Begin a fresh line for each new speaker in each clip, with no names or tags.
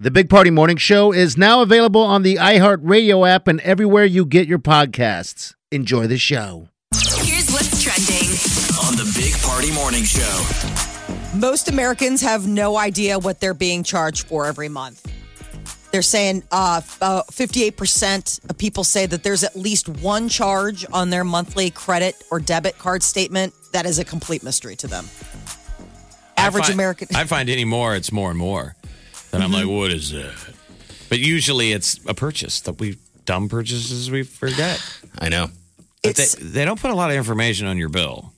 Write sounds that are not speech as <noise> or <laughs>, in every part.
The Big Party Morning Show is now available on the iHeartRadio app and everywhere you get your podcasts. Enjoy the show.
Here's what's trending.
on the Big Party Morning Show.
Most Americans have no idea what they're being charged for every month. They're saying uh, f- uh, 58% of people say that there's at least one charge on their monthly credit or debit card statement that is a complete mystery to them. Average
I find-
American.
<laughs> I find any more, it's more and more. Then I'm like, what is that? But usually it's a purchase that we dumb purchases we forget.
I know.
But they,
It's-
they don't put a lot of information on your bill.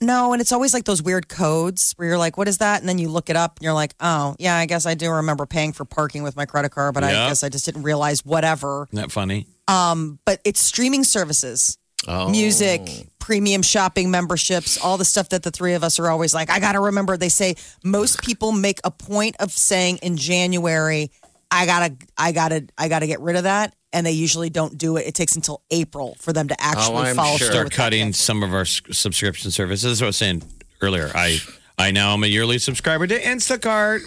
no, and it's always like those weird codes where you're like, what is that? And then you look it up and you're like, oh, yeah, I guess I do remember paying for parking with my credit card, but I
Yeah.
guess I just didn't realize whatever.
Isn't that funny?
but it's streaming services,
Oh.
music, premium shopping memberships, all the stuff that the three of us are always like, I got to remember. They say most people make a point of saying in January, I got to, I got to, I got to get rid of that. And they usually don't do it. It takes until April for them to actually
Oh, I'm
follow
sure.
through.
Start
with that
cutting
cancel.
some of our s- subscription services. That's what I was saying earlier. I I now am a yearly subscriber to Instacart,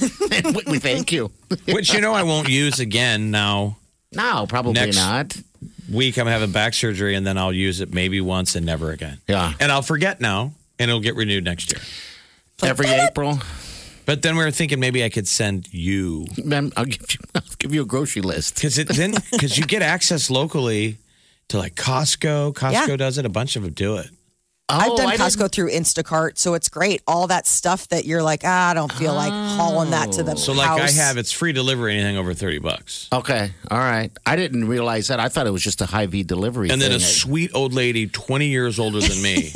<laughs> we thank you.
which you know I won't use again now.
No, probably
Next.
not.
week I'm having back surgery and then I'll use it maybe once and never again.
Yeah.
And I'll forget now and it'll get renewed next year.
Every April,
But then we were thinking maybe I could send you
ma'am, I'll give you, <laughs> I'll give you a grocery list.
because
<laughs>
it then because you get access locally to like Costco. Costco
Yeah.
does it. A bunch of them do it.
Oh,
I've done
I
Costco
didn't-
through Instacart, so it's great. All that stuff that you're like, ah, I don't feel like hauling that to the
Oh. So like
house.
I have, it's free delivery anything over thirty bucks.
Okay, all right. I didn't realize that. I thought it was just a high V delivery.
And then a
thing.
<laughs> sweet old lady, twenty years older
<laughs>
than me,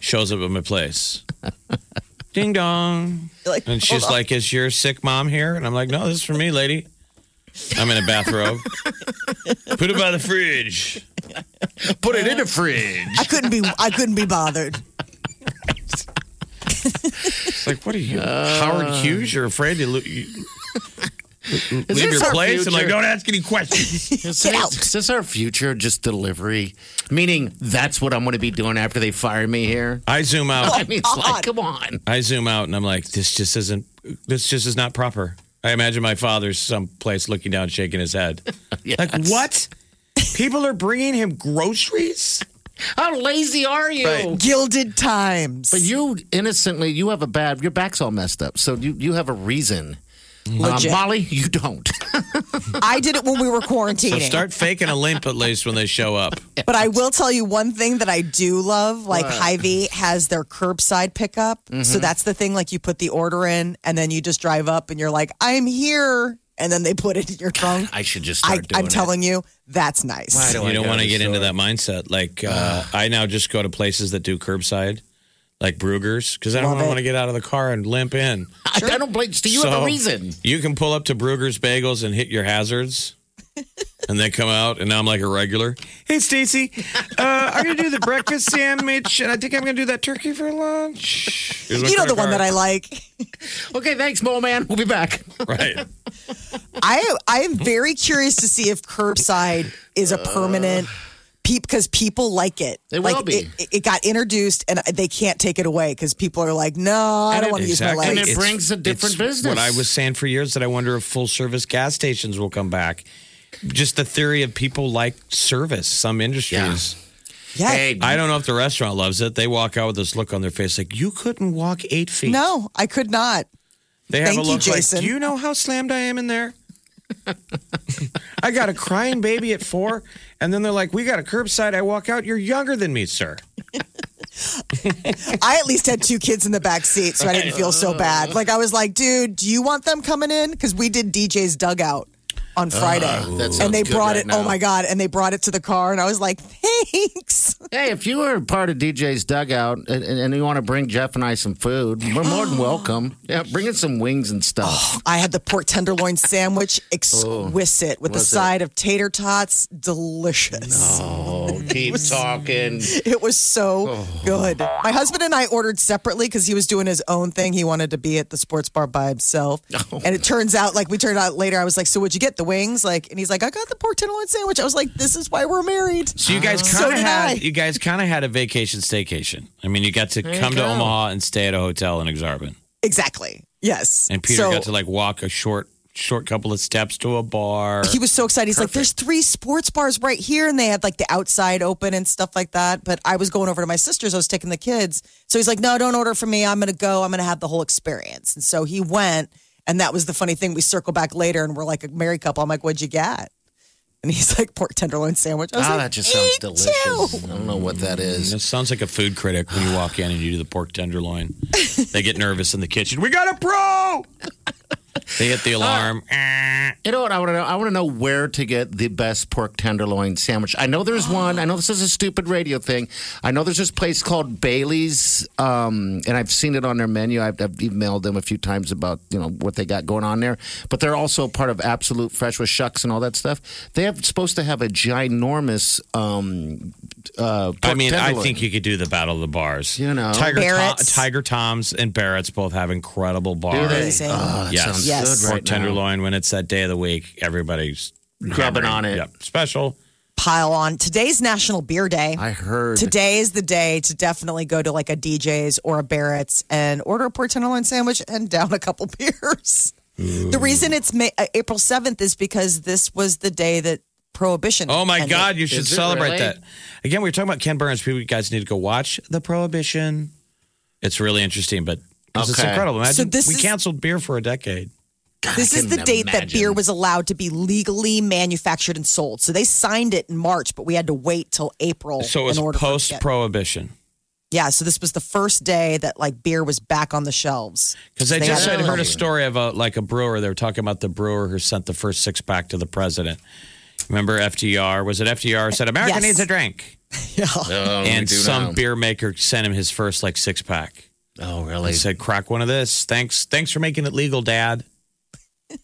shows up at my place. Ding dong.
Like,
And she's
hold on.
like, Is your sick mom here? And I'm like, No, this is for me, lady. I'm in
<laughs>
a bathrobe. Put it by the fridge.
put it in the fridge.
I couldn't be, I couldn't be bothered.
<laughs> It's like, What are you, Howard
Uh.
Hughes? You're afraid to lo-
<laughs>
you, leave
this
your
our
place? I'm like,
future?
Don't ask any questions.
Is
Get
this,
out.
is this our future? Just delivery, meaning that's what I'm going to be doing after they fire me here. <laughs>
I zoom out.
I mean, it's like,
God.
come on.
I zoom out and I'm like, This just isn't, this just is not proper. I imagine my father's someplace looking down, shaking his
<laughs>
head. Like,
Yes.
what? People are bringing him groceries?
How lazy are you?
Right.
Gilded times.
But you innocently, you have a bad. Your back's all messed up, so you you have a reason. Um,
Legit.
Molly, you don't.
I did it when we were
So
quarantining.
start faking a limp at least when they show
<laughs>
up.
but I will tell you one thing that I do love. Like Hy-Vee has their curbside pickup. So
Mm-hmm.
that's the thing. Like you put the order in and then you just drive up and you're like, I'm here. And then they put it in your trunk.
<laughs> I should just
I,
start doing
I'm telling you, that's nice.
Why do
you
I
don't
go
want to
to the
get into
store?
that mindset. Like uh, I now just go to places that do curbside, like Brugger's, because I don't
Love it.
want to get out of the car and limp in.
I, I don't blame. So you have
So,
a reason.
You can pull up to Brugger's Bagels and hit your
<laughs>
hazards, and they come out, and now I'm like a regular. Hey, Stacy, uh, I'm gonna do the breakfast sandwich, and I think I'm gonna do that turkey for lunch. Here's my
You know the
credit
one that I
<laughs>
card.
like.
Okay, thanks, Mole Man. We'll be
<laughs>
back.
<laughs> right.
I I am very curious to see if curbside is a permanent peep because people like it.
It
like
Uh. will be.
It, it got introduced and they can't take it away because people are like, no, I
And
don't
it-
want to use my
Exactly.
legs.
And it brings a different
it's
business.
What I was saying for years that I wonder if full service gas stations will come back. Just the theory of people like service, some industries.
yeah,
Hey,
I don't know if the restaurant loves it. They walk out with this look on their face like, you couldn't walk eight feet.
No, I could not.
They have
thank
a
you,
look like,
Jason.
do you know how slammed I am in there? <laughs> I got a crying baby at four. And then they're like, we got a curbside. I walk out. You're younger than me, sir.
I at least had two kids in the back seat, so I didn't feel so bad. Like I was like, dude, do you want them coming in? Because we did DJ's dugout. on Friday.
Ah, that sounds
and they
good
brought
right
it,
now.
oh my God, and they brought it to the car. And I was like, thanks.
Hey, if you were part of DJ's dugout and, and and you want to bring Jeff and I some food, we're more
<gasps>
than welcome. Yeah, bring in some wings and stuff.
I had the pork tenderloin sandwich, exquisite, with a
Oh. was it?
side of tater tots. Delicious.
Oh, keep talking.
<laughs> It was so
Oh.
good. My husband and I ordered separately because he was doing his own thing. He wanted to be at the sports bar by
<laughs>
himself.
Oh.
And it turns out, like, we turned out later, I was like, So, what'd you get? The wings? Like, and he's like, I got the pork tenderloin sandwich. I was like, This is why we're married.
So you guys
Oh. So
kind of
did I.
had you guys kind of had a vacation staycation. I mean, you got to come to Omaha and stay at a hotel in Exarban,
Exactly. Yes.
and Peter
So-
got to like walk a short short couple of steps to a bar. <laughs>
he was so excited. He's like, "There's three sports bars right here, and they had like the outside open and stuff like that." But I was going over to my sister's. I was taking the kids, so he's like, "No, don't order for me. I'm gonna go. I'm gonna have the whole experience." And so he went, and that was the funny thing. We circle back later, and we're like a married couple. I'm like, "What'd you get?" And he's like, "Pork tenderloin sandwich." I was
Ah,
like,
that just sounds
"Me
delicious.
too."
I don't know what that is.
It sounds like a food critic when you walk in and you do the pork tenderloin. they get nervous in the kitchen. We got a pro. they
<laughs>
hit
Uh,
the alarm. <laughs> Eh.
You know what I want to know? I want to know where to get the best pork tenderloin sandwich. I know there's one. I know this is a stupid radio thing. I know there's this place called Bailey's, um, and I've seen it on their menu. I've, I've emailed them a few times about you know what they got going on there. But they're also part of Absolute Fresh with Shucks and all that stuff. They have supposed to have a ginormous. Um, uh, pork
I mean, I
tenderloin.
think you could do the battle of the bars.
You know.
Tiger, Tom,
Barrett's.
Tiger Tom's and Barrett's both have incredible bars.
Amazing.
Oh, that
Yes.
sounds
Yes.
good
Pork
right now.
tenderloin when it's that day of the week, everybody's
Grubbing on it.
Yep. Special.
Pile on. Today's National Beer Day.
I heard.
Today is the day to definitely go to like a DJ's or a Barrett's and order a pork tenderloin sandwich and <laughs> down a couple beers. The reason it's May, uh, April 7th is because this was the day that Prohibition.
Oh my
ended.
God, you should
Is it
celebrate
really?
that. Again, we were talking about Ken Burns. People, you guys need to go watch The Prohibition. It's really interesting, but 'cause it's
Okay.
incredible. Imagine
So this
we
is-
canceled beer for a decade.
This is the
couldn't
date that beer
imagine.
was allowed to be legally manufactured and sold. So they signed it in March, but we had to wait till April.
So it
in
was
order for it to
post
get-
prohibition.
Yeah, so this was the first day that like beer was back on the shelves.
Because I
They
just
had
had
to-
heard a story of a like a brewer. They were talking about the brewer who sent the first six pack to the president. Remember FDR? Was it FDR said America
Yes.
needs a drink? <laughs>
Oh, we
and
do
some
now.
beer maker sent him his first like six pack.
Oh, really?
He said, "Crack one of this. Thanks, thanks for making it legal, Dad."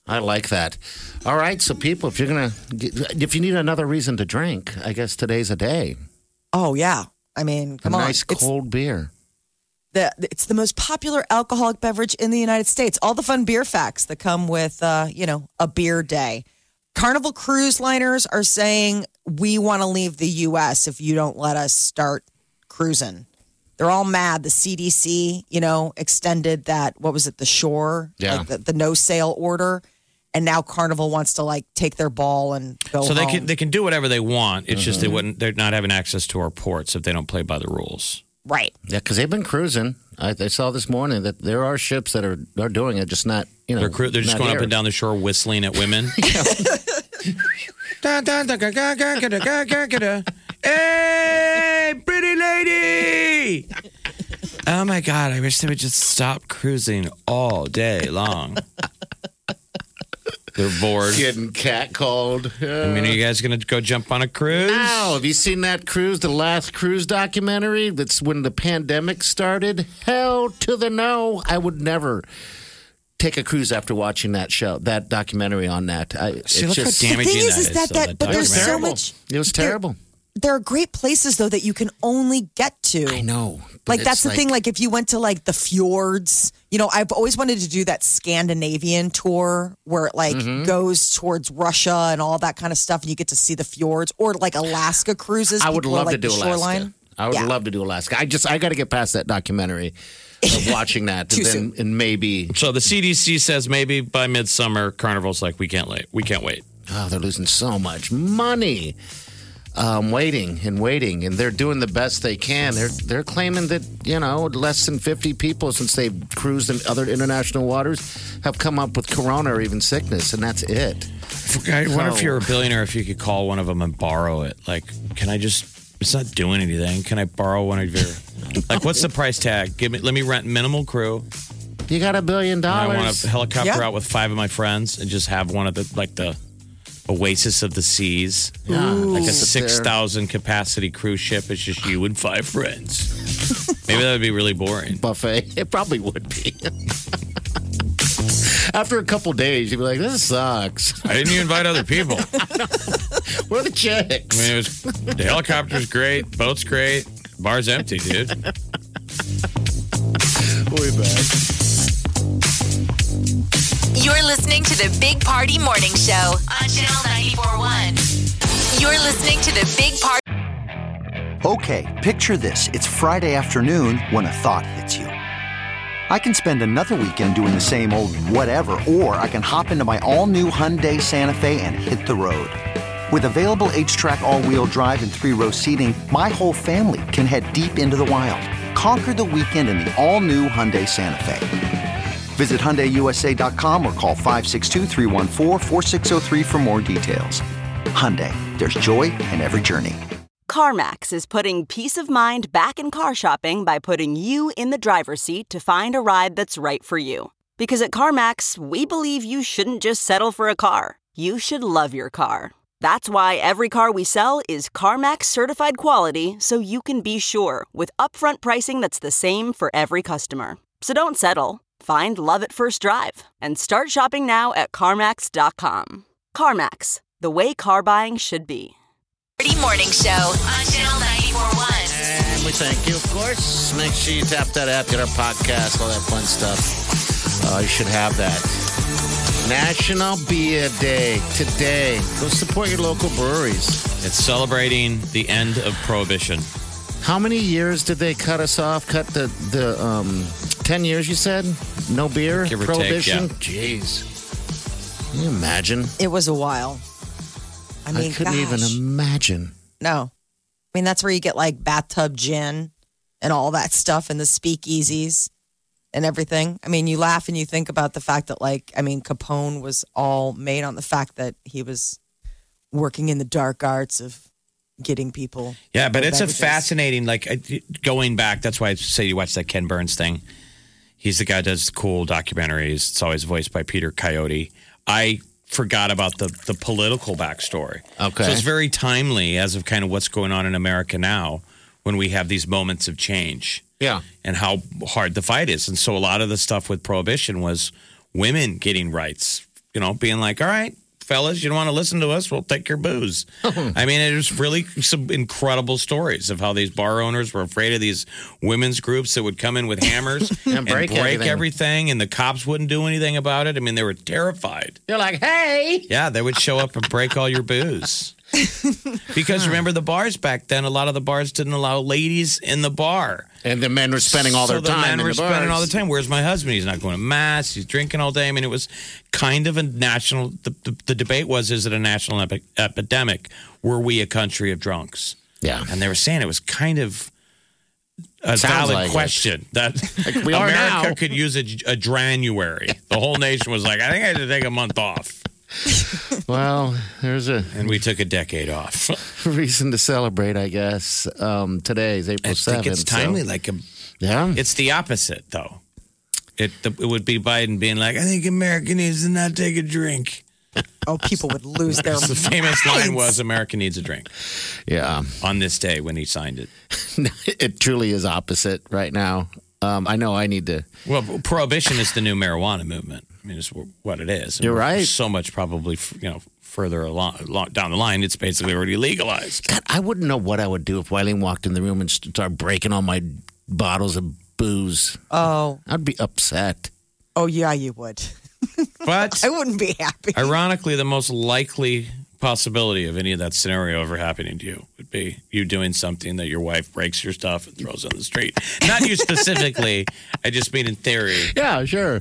I like that. All right, so people, if you're gonna, if you need another reason to drink, I guess today's a day.
Oh yeah. I mean, come
a
on.
nice
It's-
cold beer.
the it's the most popular alcoholic beverage in the United States. All the fun beer facts that come with uh, you know a beer day. Carnival cruise liners are saying we want to leave the U.S. if you don't let us start cruising. They're all mad. The CDC, you know, extended that what was it, the shore,
Yeah.
like the, the no sale order, and now Carnival wants to like take their ball and go.
So they
home.
can they can do whatever they want. It's just they
Uh-huh.
wouldn't. They're not having access to our ports if they don't play by the rules.
right.
Yeah, because they've been cruising. I, I saw this morning that there are ships that are are doing it, just not you know.
They're cru- they're just
not
going
here.
up and down the shore whistling at women. Dun, dun, dun, dun, dun, dun, dun, dun, dun, dun. hey, pretty lady! Oh my god! I wish they would just stop cruising all day long. They're bored.
Getting catcalled.
I mean, are you guys going to go jump on a cruise?
Wow, have you seen that cruise, the last cruise documentary? That's when the pandemic started. Hell to the no. I would never take a cruise after watching that show, that documentary on that. I,
See,
it's
look how
just,
damn-
The
Damaging
thing is,
that
is
is,
that
so
that
that
but there's so
documentary-
much.
it was terrible.
There are great places though that you can only get to.
I know. but
like that's
it's
the thing like if you went to like the fjords you know i've always wanted to do that scandinavian tour where it like
Mm-hmm.
goes towards russia and all that kind of stuff and you get to see the fjords or like alaska cruises
I would
People are,
love
like,
to do
the
Alaska.
shoreline
I would
Yeah.
love to do Alaska. I just I got to get past that documentary
<laughs>
of watching that,
Too
and, then, and maybe
So the CDC says maybe by midsummer, Carnival's like we can't wait. We can't wait.
oh they're losing so much money. Um, waiting and waiting, and they're doing the best they can. They're they're claiming that you know less than fifty people since they've cruised in other international waters have come up with corona or even sickness, and that's it.
I wonder if
So-
you're a billionaire, if you could call one of them and borrow it. Like, can I just? It's not doing anything. Can I borrow one of your? like, what's the price tag? Give me. Let me rent minimal crew.
You got a billion
I
dollars.
want a helicopter
Yeah.
out with five of my friends and just have one of the like the Oasis of the Seas. uh, Like a 6,000 capacity cruise ship. It's just you and five friends. Maybe that would be really boring.
buffet. <laughs> It probably would be. After a couple days, you'd be like, this sucks. <laughs>
I didn't even invite other people.
Where are the chicks?
I mean, it was the helicopter's great, boat's great, bar's empty, dude.
We'll be back.
You're listening to the Big Party Morning Show on Channel 941. You're listening to the Big Party
Okay, picture this. It's Friday afternoon when a thought hits you. I can spend another weekend doing the same old whatever, or I can hop into my all new Hyundai Santa Fe and hit the road. With available H track, all wheel drive, and three row seating, my whole family can head deep into the wild. Conquer the weekend in the all new Hyundai Santa Fe. Visit HyundaiUSA.com or call 562-314-4603 for more details. Hyundai, there's joy in every journey.
CarMax is putting peace of mind back in car shopping by putting you in the driver's seat to find a ride that's right for you. Because at CarMax, we believe you shouldn't just settle for a car, you should love your car. That's why every car we sell is CarMax certified quality so you can be sure with upfront pricing that's the same for every customer. So don't settle. Find love at first drive and start shopping now at CarMax.com. CarMax, the way car buying should be.
Party Morning Show on Channel 941.
And we thank you, of course. Make sure you tap that app, get our podcast, all that fun stuff. Uh, you should have that. National Beer Day today. Go support your local breweries.
It's celebrating the end of Prohibition.
How many years did they cut us off? Cut the the um, ten years? You said no beer,
Give or take,
prohibition. Jeez, Can you imagine?
It was a while. I mean,
I couldn't even
gosh.
imagine.
No. I mean, that's where you get like bathtub gin and all that stuff and the speakeasies and everything. I mean, you laugh and you think about the fact that, like, I mean, Capone was all made on the fact that he was working in the dark arts of getting people.
Yeah, but
their
it's a
beverages.
fascinating, like, I- going back. That's why I say you watch that Ken Burns thing. He's the guy who does cool documentaries. It's always voiced by Peter Coyote. I forgot about the, the political backstory.
Okay.
So it's very timely as of kind of what's going on in America now when we have these moments of change.
Yeah,
and how hard the fight is. And so a lot of the stuff with prohibition was women getting rights, you know, being like, all right, fellas, you don't want to listen to us, we'll take your <laughs> booze. I mean, it was really some incredible stories of how these bar owners were afraid of these women's groups that would come in with hammers <laughs> and,
break
break,
everything.
everything. and the cops wouldn't do anything about it. I mean, they were terrified.
you're like, hey,
Yeah, they would show up and break all your <laughs> booze. because remember the bars back then, a lot of the bars didn't allow ladies in the bar
and the men were spending all their
so the
time.
Men
in
were
the
spending all the
bars.
time. Where's my husband? He's not going to mass. He's drinking all day. I mean, it was kind of a national. The, the, the debate was: is it a national epi- epidemic? Were we a country of drunks?
Yeah.
And they were saying it was kind of a
Sounds
valid
like it.
question <laughs> that
we are
America
now.
could use a, a January. The whole nation was like, I think I had to take a month off,
Well, there's a <laughs>
and we took a decade off. <laughs>
reason to celebrate, I guess. Um, today is April
I think
seventh.
it's timely, like a
yeah.
It's the opposite, though. It, the, it would be Biden being like, I think America needs to not take a drink.
Oh, people would
<laughs>
lose their
The famous line was, America needs a drink
yeah.
on this day when he signed it.
<laughs> it truly is opposite right now. Um, I know I need to.
Well, prohibition is the new marijuana movement. I mean, it's what it is.
You're right.
So much probably, you know, further along, along down the line, it's basically already legalized.
God, I wouldn't know what I would do if Wileen walked in the room and started breaking all my bottles of booze.
oh,
I'd be upset.
oh, yeah, you would.
But
I wouldn't be
<laughs>
happy.
ironically, the most likely possibility of any of that scenario ever happening to you would be you doing something that your wife breaks your stuff and throws on the street. Not you specifically. I just mean in theory.
Yeah, sure.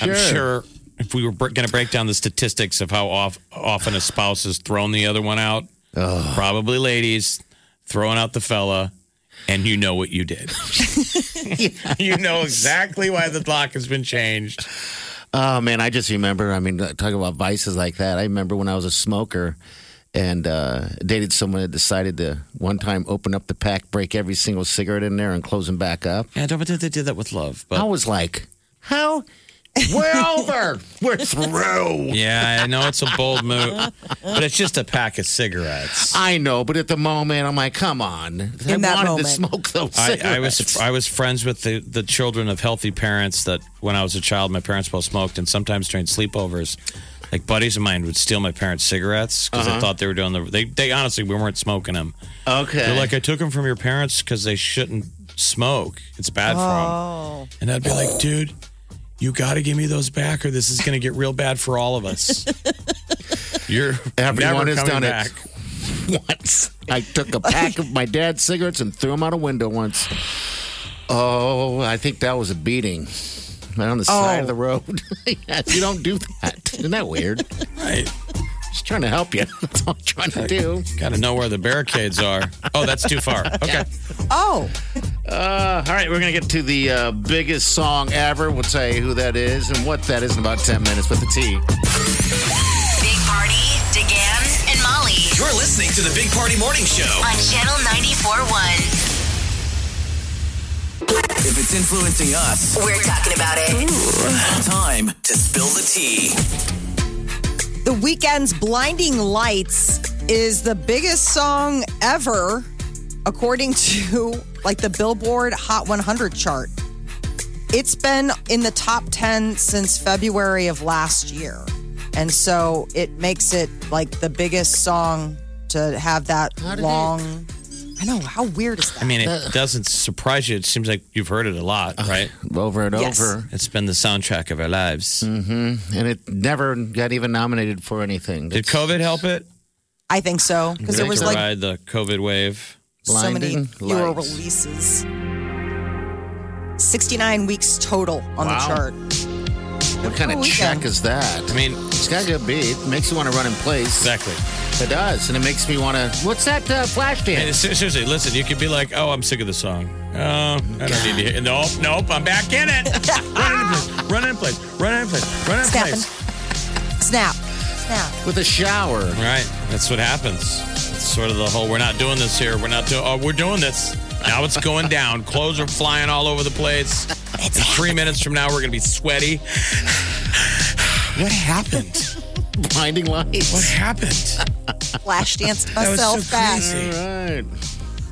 I'm sure if we were going to break down the statistics of how off, often a spouse has thrown the other one out, probably ladies throwing out the fella, and you know what you did. <laughs> You know exactly why the lock has been changed.
Oh man, I just remember. I mean, uh, talking about vices like that. I remember when I was a smoker and uh, dated someone that decided to one time open up the pack, break every single cigarette in there, and close them back up.
Yeah, I don't think they did that with love, but
I was like, how
<laughs>
We're over. We're through.
Yeah, I know it's a bold move, but it's just a pack of cigarettes.
I know, but at the moment, I'm like, come on. I
In that
wanted
moment.
to smoke those
I,
cigarettes.
I was I was friends with the, the children of healthy parents that when I was a child, my parents both smoked, and sometimes during sleepovers, like buddies of mine would steal my parents' cigarettes because
Uh-huh.
they thought they were doing the. They, they honestly we weren't smoking them.
okay.
They're like, I took them from your parents because they shouldn't smoke. It's bad
Oh.
for them. And I'd be like, dude, you got to give me those back, or this is going to get real bad for all
<laughs>
of us. You're
Everyone
never
has done
coming back.
it <laughs> once. I took a pack of my dad's cigarettes and threw them out a window once. Oh, I think that was a beating. Right on the side of the
Oh.
road. <laughs> Yeah, you don't do that. Isn't that weird?
Right.
Just trying to help you. <laughs> That's all I'm trying to do.
Got to know where the barricades are. Oh, that's too
<laughs>
far. Okay.
Oh,
Uh, all right, we're going to get to the uh, biggest song ever. We'll tell you who that is and what that is in about 10 minutes with the T.
Big Party, DeGan, and Molly
You're listening to the Big Party Morning Show.
on Channel 94.1.
If it's influencing us,
We're talking about it.
time to spill the tea.
the weekend's Blinding Lights is the biggest song ever, according to like the Billboard Hot 100 chart. It's been in the top 10 since February of last year. And so it makes it like the biggest song to have that long. I know. How weird is that?
I mean, it doesn't surprise you. It seems like you've heard it a lot, right?
Over and
Yes.
over.
It's been the soundtrack of our lives.
Mm.
And it never got even nominated for anything.
Did COVID help it?
I think so. Because there
Did
was
it
like
ride the COVID wave?
so many
Blinding
fewer
Lights.
releases. 69 weeks total on
Wow.
the chart.
What kind of
Oh,
check
weekend.
is that?
I mean,
It's got a good beat. Makes you want to run in place.
exactly.
It does, and it makes me want to. What's that uh, flash
I mean,
dance?
ser- seriously, listen, you could be like, oh, I'm sick of the song. Oh, I don't need to hear Nope, nope, I'm back
<laughs>
in it. run in place, run in place, run in place, run in
Snapping.
place.
Snap. Snap.
With a shower.
<laughs> All Right. That's what happens. It's sort of the whole we're not doing this here. We're not doing, oh, we're doing this. Now it's going down. <laughs> Clothes are flying all over the place. In three minutes from now, we're going to be
<sighs>
sweaty. What happened?
Blinding
What
lights.
happened?
Flash danced
That was so
myself back.
crazy.
Right.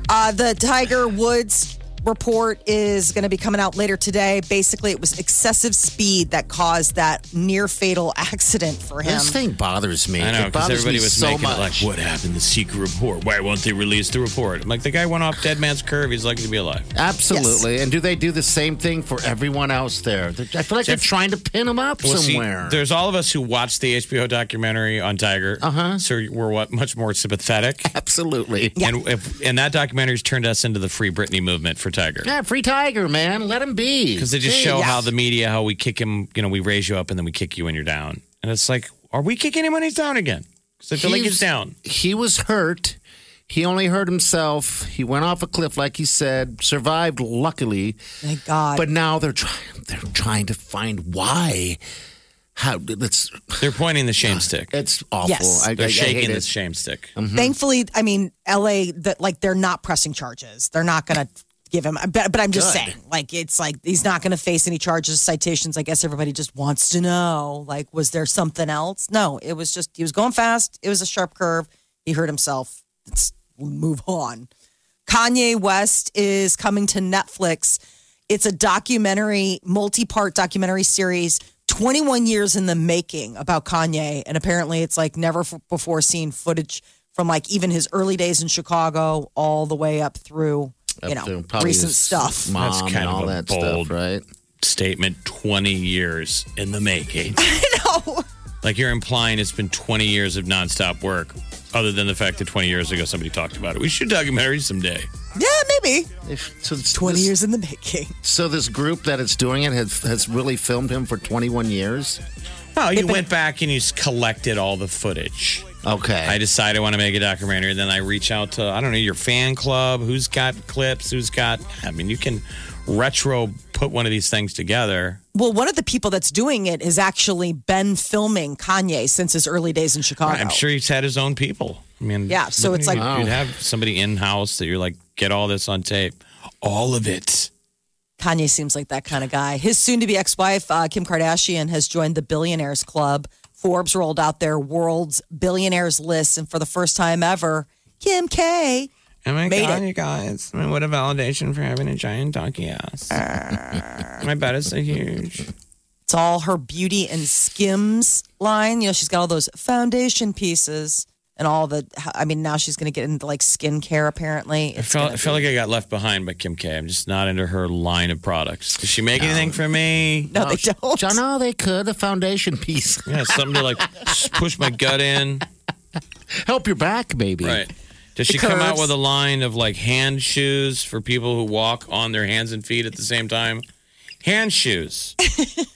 Uh, the Tiger Woods report is going to be coming out later today. Basically, it was excessive speed that caused that near fatal <laughs> accident for him.
This thing bothers me.
I know,
it
because
bothers
everybody
me
was
so
making
much.
it like, what happened? The secret report. Why won't they release the report? I'm like, the guy went off dead man's curve. He's lucky to be alive.
Absolutely. And do they do the same thing for everyone else there? They're- I feel like they're trying to pin them up
Well, see,
somewhere.
there's all of us who watched the HBO documentary on Tiger. Uh huh.
Uh-huh.
So we're what much more sympathetic.
Absolutely.
And if, and that documentary's turned us into the Free Britney movement for Tiger.
Yeah, free tiger, man. Let him be.
Because they just
Jeez.
show how the media, how we kick him, you know, we raise you up and then we kick you when you're down. And it's like, are we kicking him when he's down again? Because I feel like
He's-
he's down.
He was hurt. He only hurt himself. He went off a cliff, like he said, survived luckily.
Thank God.
But now they're trying. They're trying to find why. How that's
They're
<sighs>
pointing the shame stick.
it's awful.
Yes.
I, I,
They're
I hate
shaking the
it. Um,
shame stick.
Thankfully, I mean, LA, that like they're not pressing charges. They're not going to give him, but, but I'm just
Good.
saying, like, it's like he's not going to face any charges, citations. I guess everybody just wants to know, like, was there something else? No, it was just, he was going fast. It was a sharp curve. He hurt himself. Let's move on. Kanye West is coming to Netflix. It's a documentary, multi part documentary series, 21 years in the making about Kanye. And apparently, it's like never f- before seen footage from like even his early days in Chicago all the way up through, you
Up
know,
to probably
recent
his
stuff.
Mom
That's kind
and
of
all
a
that
bold-
stuff, right?
Statement 20 years in
<laughs>
the making.
No.
Like you're implying it's been 20 years of nonstop work, other than the fact that 20 years ago somebody talked about it. We should documentary someday.
Yeah, maybe.
If, so it's
20
this,
years in the making.
So this group that is doing it has has really filmed him for 21 years.
Oh, you went back and you s- collected all the footage.
Okay.
I decide I want to make a documentary, and then I reach out to I don't know your fan club, who's got clips, who's got. I mean, you can retro put one of these things together.
Well, one of the people that's doing it has actually been filming Kanye since his early days in Chicago.
I'm sure he's had his own people. I mean,
Yeah, so it's
you-
like-
you'd have somebody in house that you're like, get all this on tape, all of it.
Kanye seems like that kind of guy. His soon to be ex wife, uh, Kim Kardashian, has joined the Billionaires Club. Forbes rolled out their world's billionaires list, and for the first time ever, Kim K.
Oh my
Made
god,
it.
you guys. I mean, what a validation for having a giant
<laughs>
donkey ass. my butt is so huge.
It's all her beauty and skims line. You know, she's got all those foundation pieces and all the. I mean, now she's going to get into like skincare. Apparently,
I
It's
felt,
gonna
I felt
be-
like I got left behind by Kim K. I'm just not into her line of products. Does she make anything for me?
no, they don't.
John, oh, they could. A foundation piece. <laughs>
Yeah, something to like s- push my gut in.
Help your back, maybe. <laughs>
Right. Does
The
she come out
curves.
with a line of like hand shoes for people who walk on their hands and feet at the same time? Hand shoes. <laughs>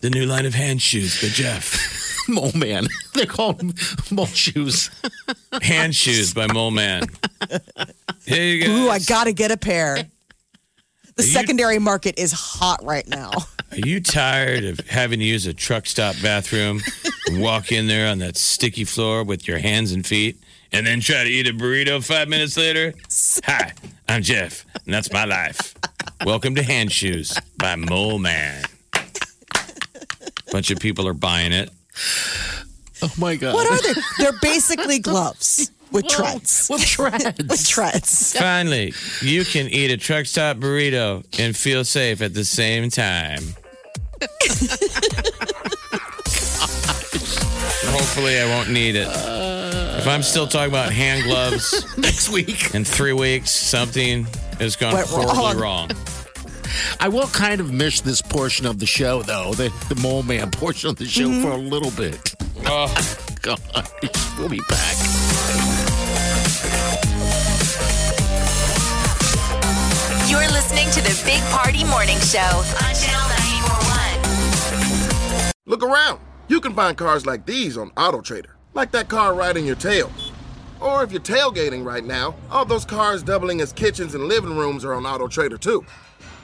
the new line of hand shoes by Jeff.
Mole man. <laughs> They're called mole shoes.
Hand shoes by Mole Man. Here you go.
Ooh, I gotta get a pair. The
You-
secondary market is hot right now.
Are you tired of having to use a truck stop bathroom and walk in there on that sticky floor with your hands and feet and then try to eat a burrito five minutes later? Hi, I'm Jeff, and that's my life. Welcome to Hand Shoes by Mole Man. Bunch of people are buying it.
Oh my god.
What are they? They're basically gloves with treads.
<laughs> With
With
treads.
treads.
Finally, you can eat a truck stop burrito and feel safe at the same time. <laughs> Hopefully, I won't need it. If I'm still talking about hand gloves
Next week.
in three weeks, something has gone
Went wrong.
horribly wrong.
I will kind of miss this portion of the show, though, the, the mole man <laughs> portion of the show for a little bit.
Oh,
<laughs> God, we'll be back.
You're listening to the Big Party Morning Show on Channel 941.
Look around. You can find cars like these on AutoTrader, like that car riding your tail. Or if you're tailgating right now, all those cars doubling as kitchens and living rooms are on AutoTrader too.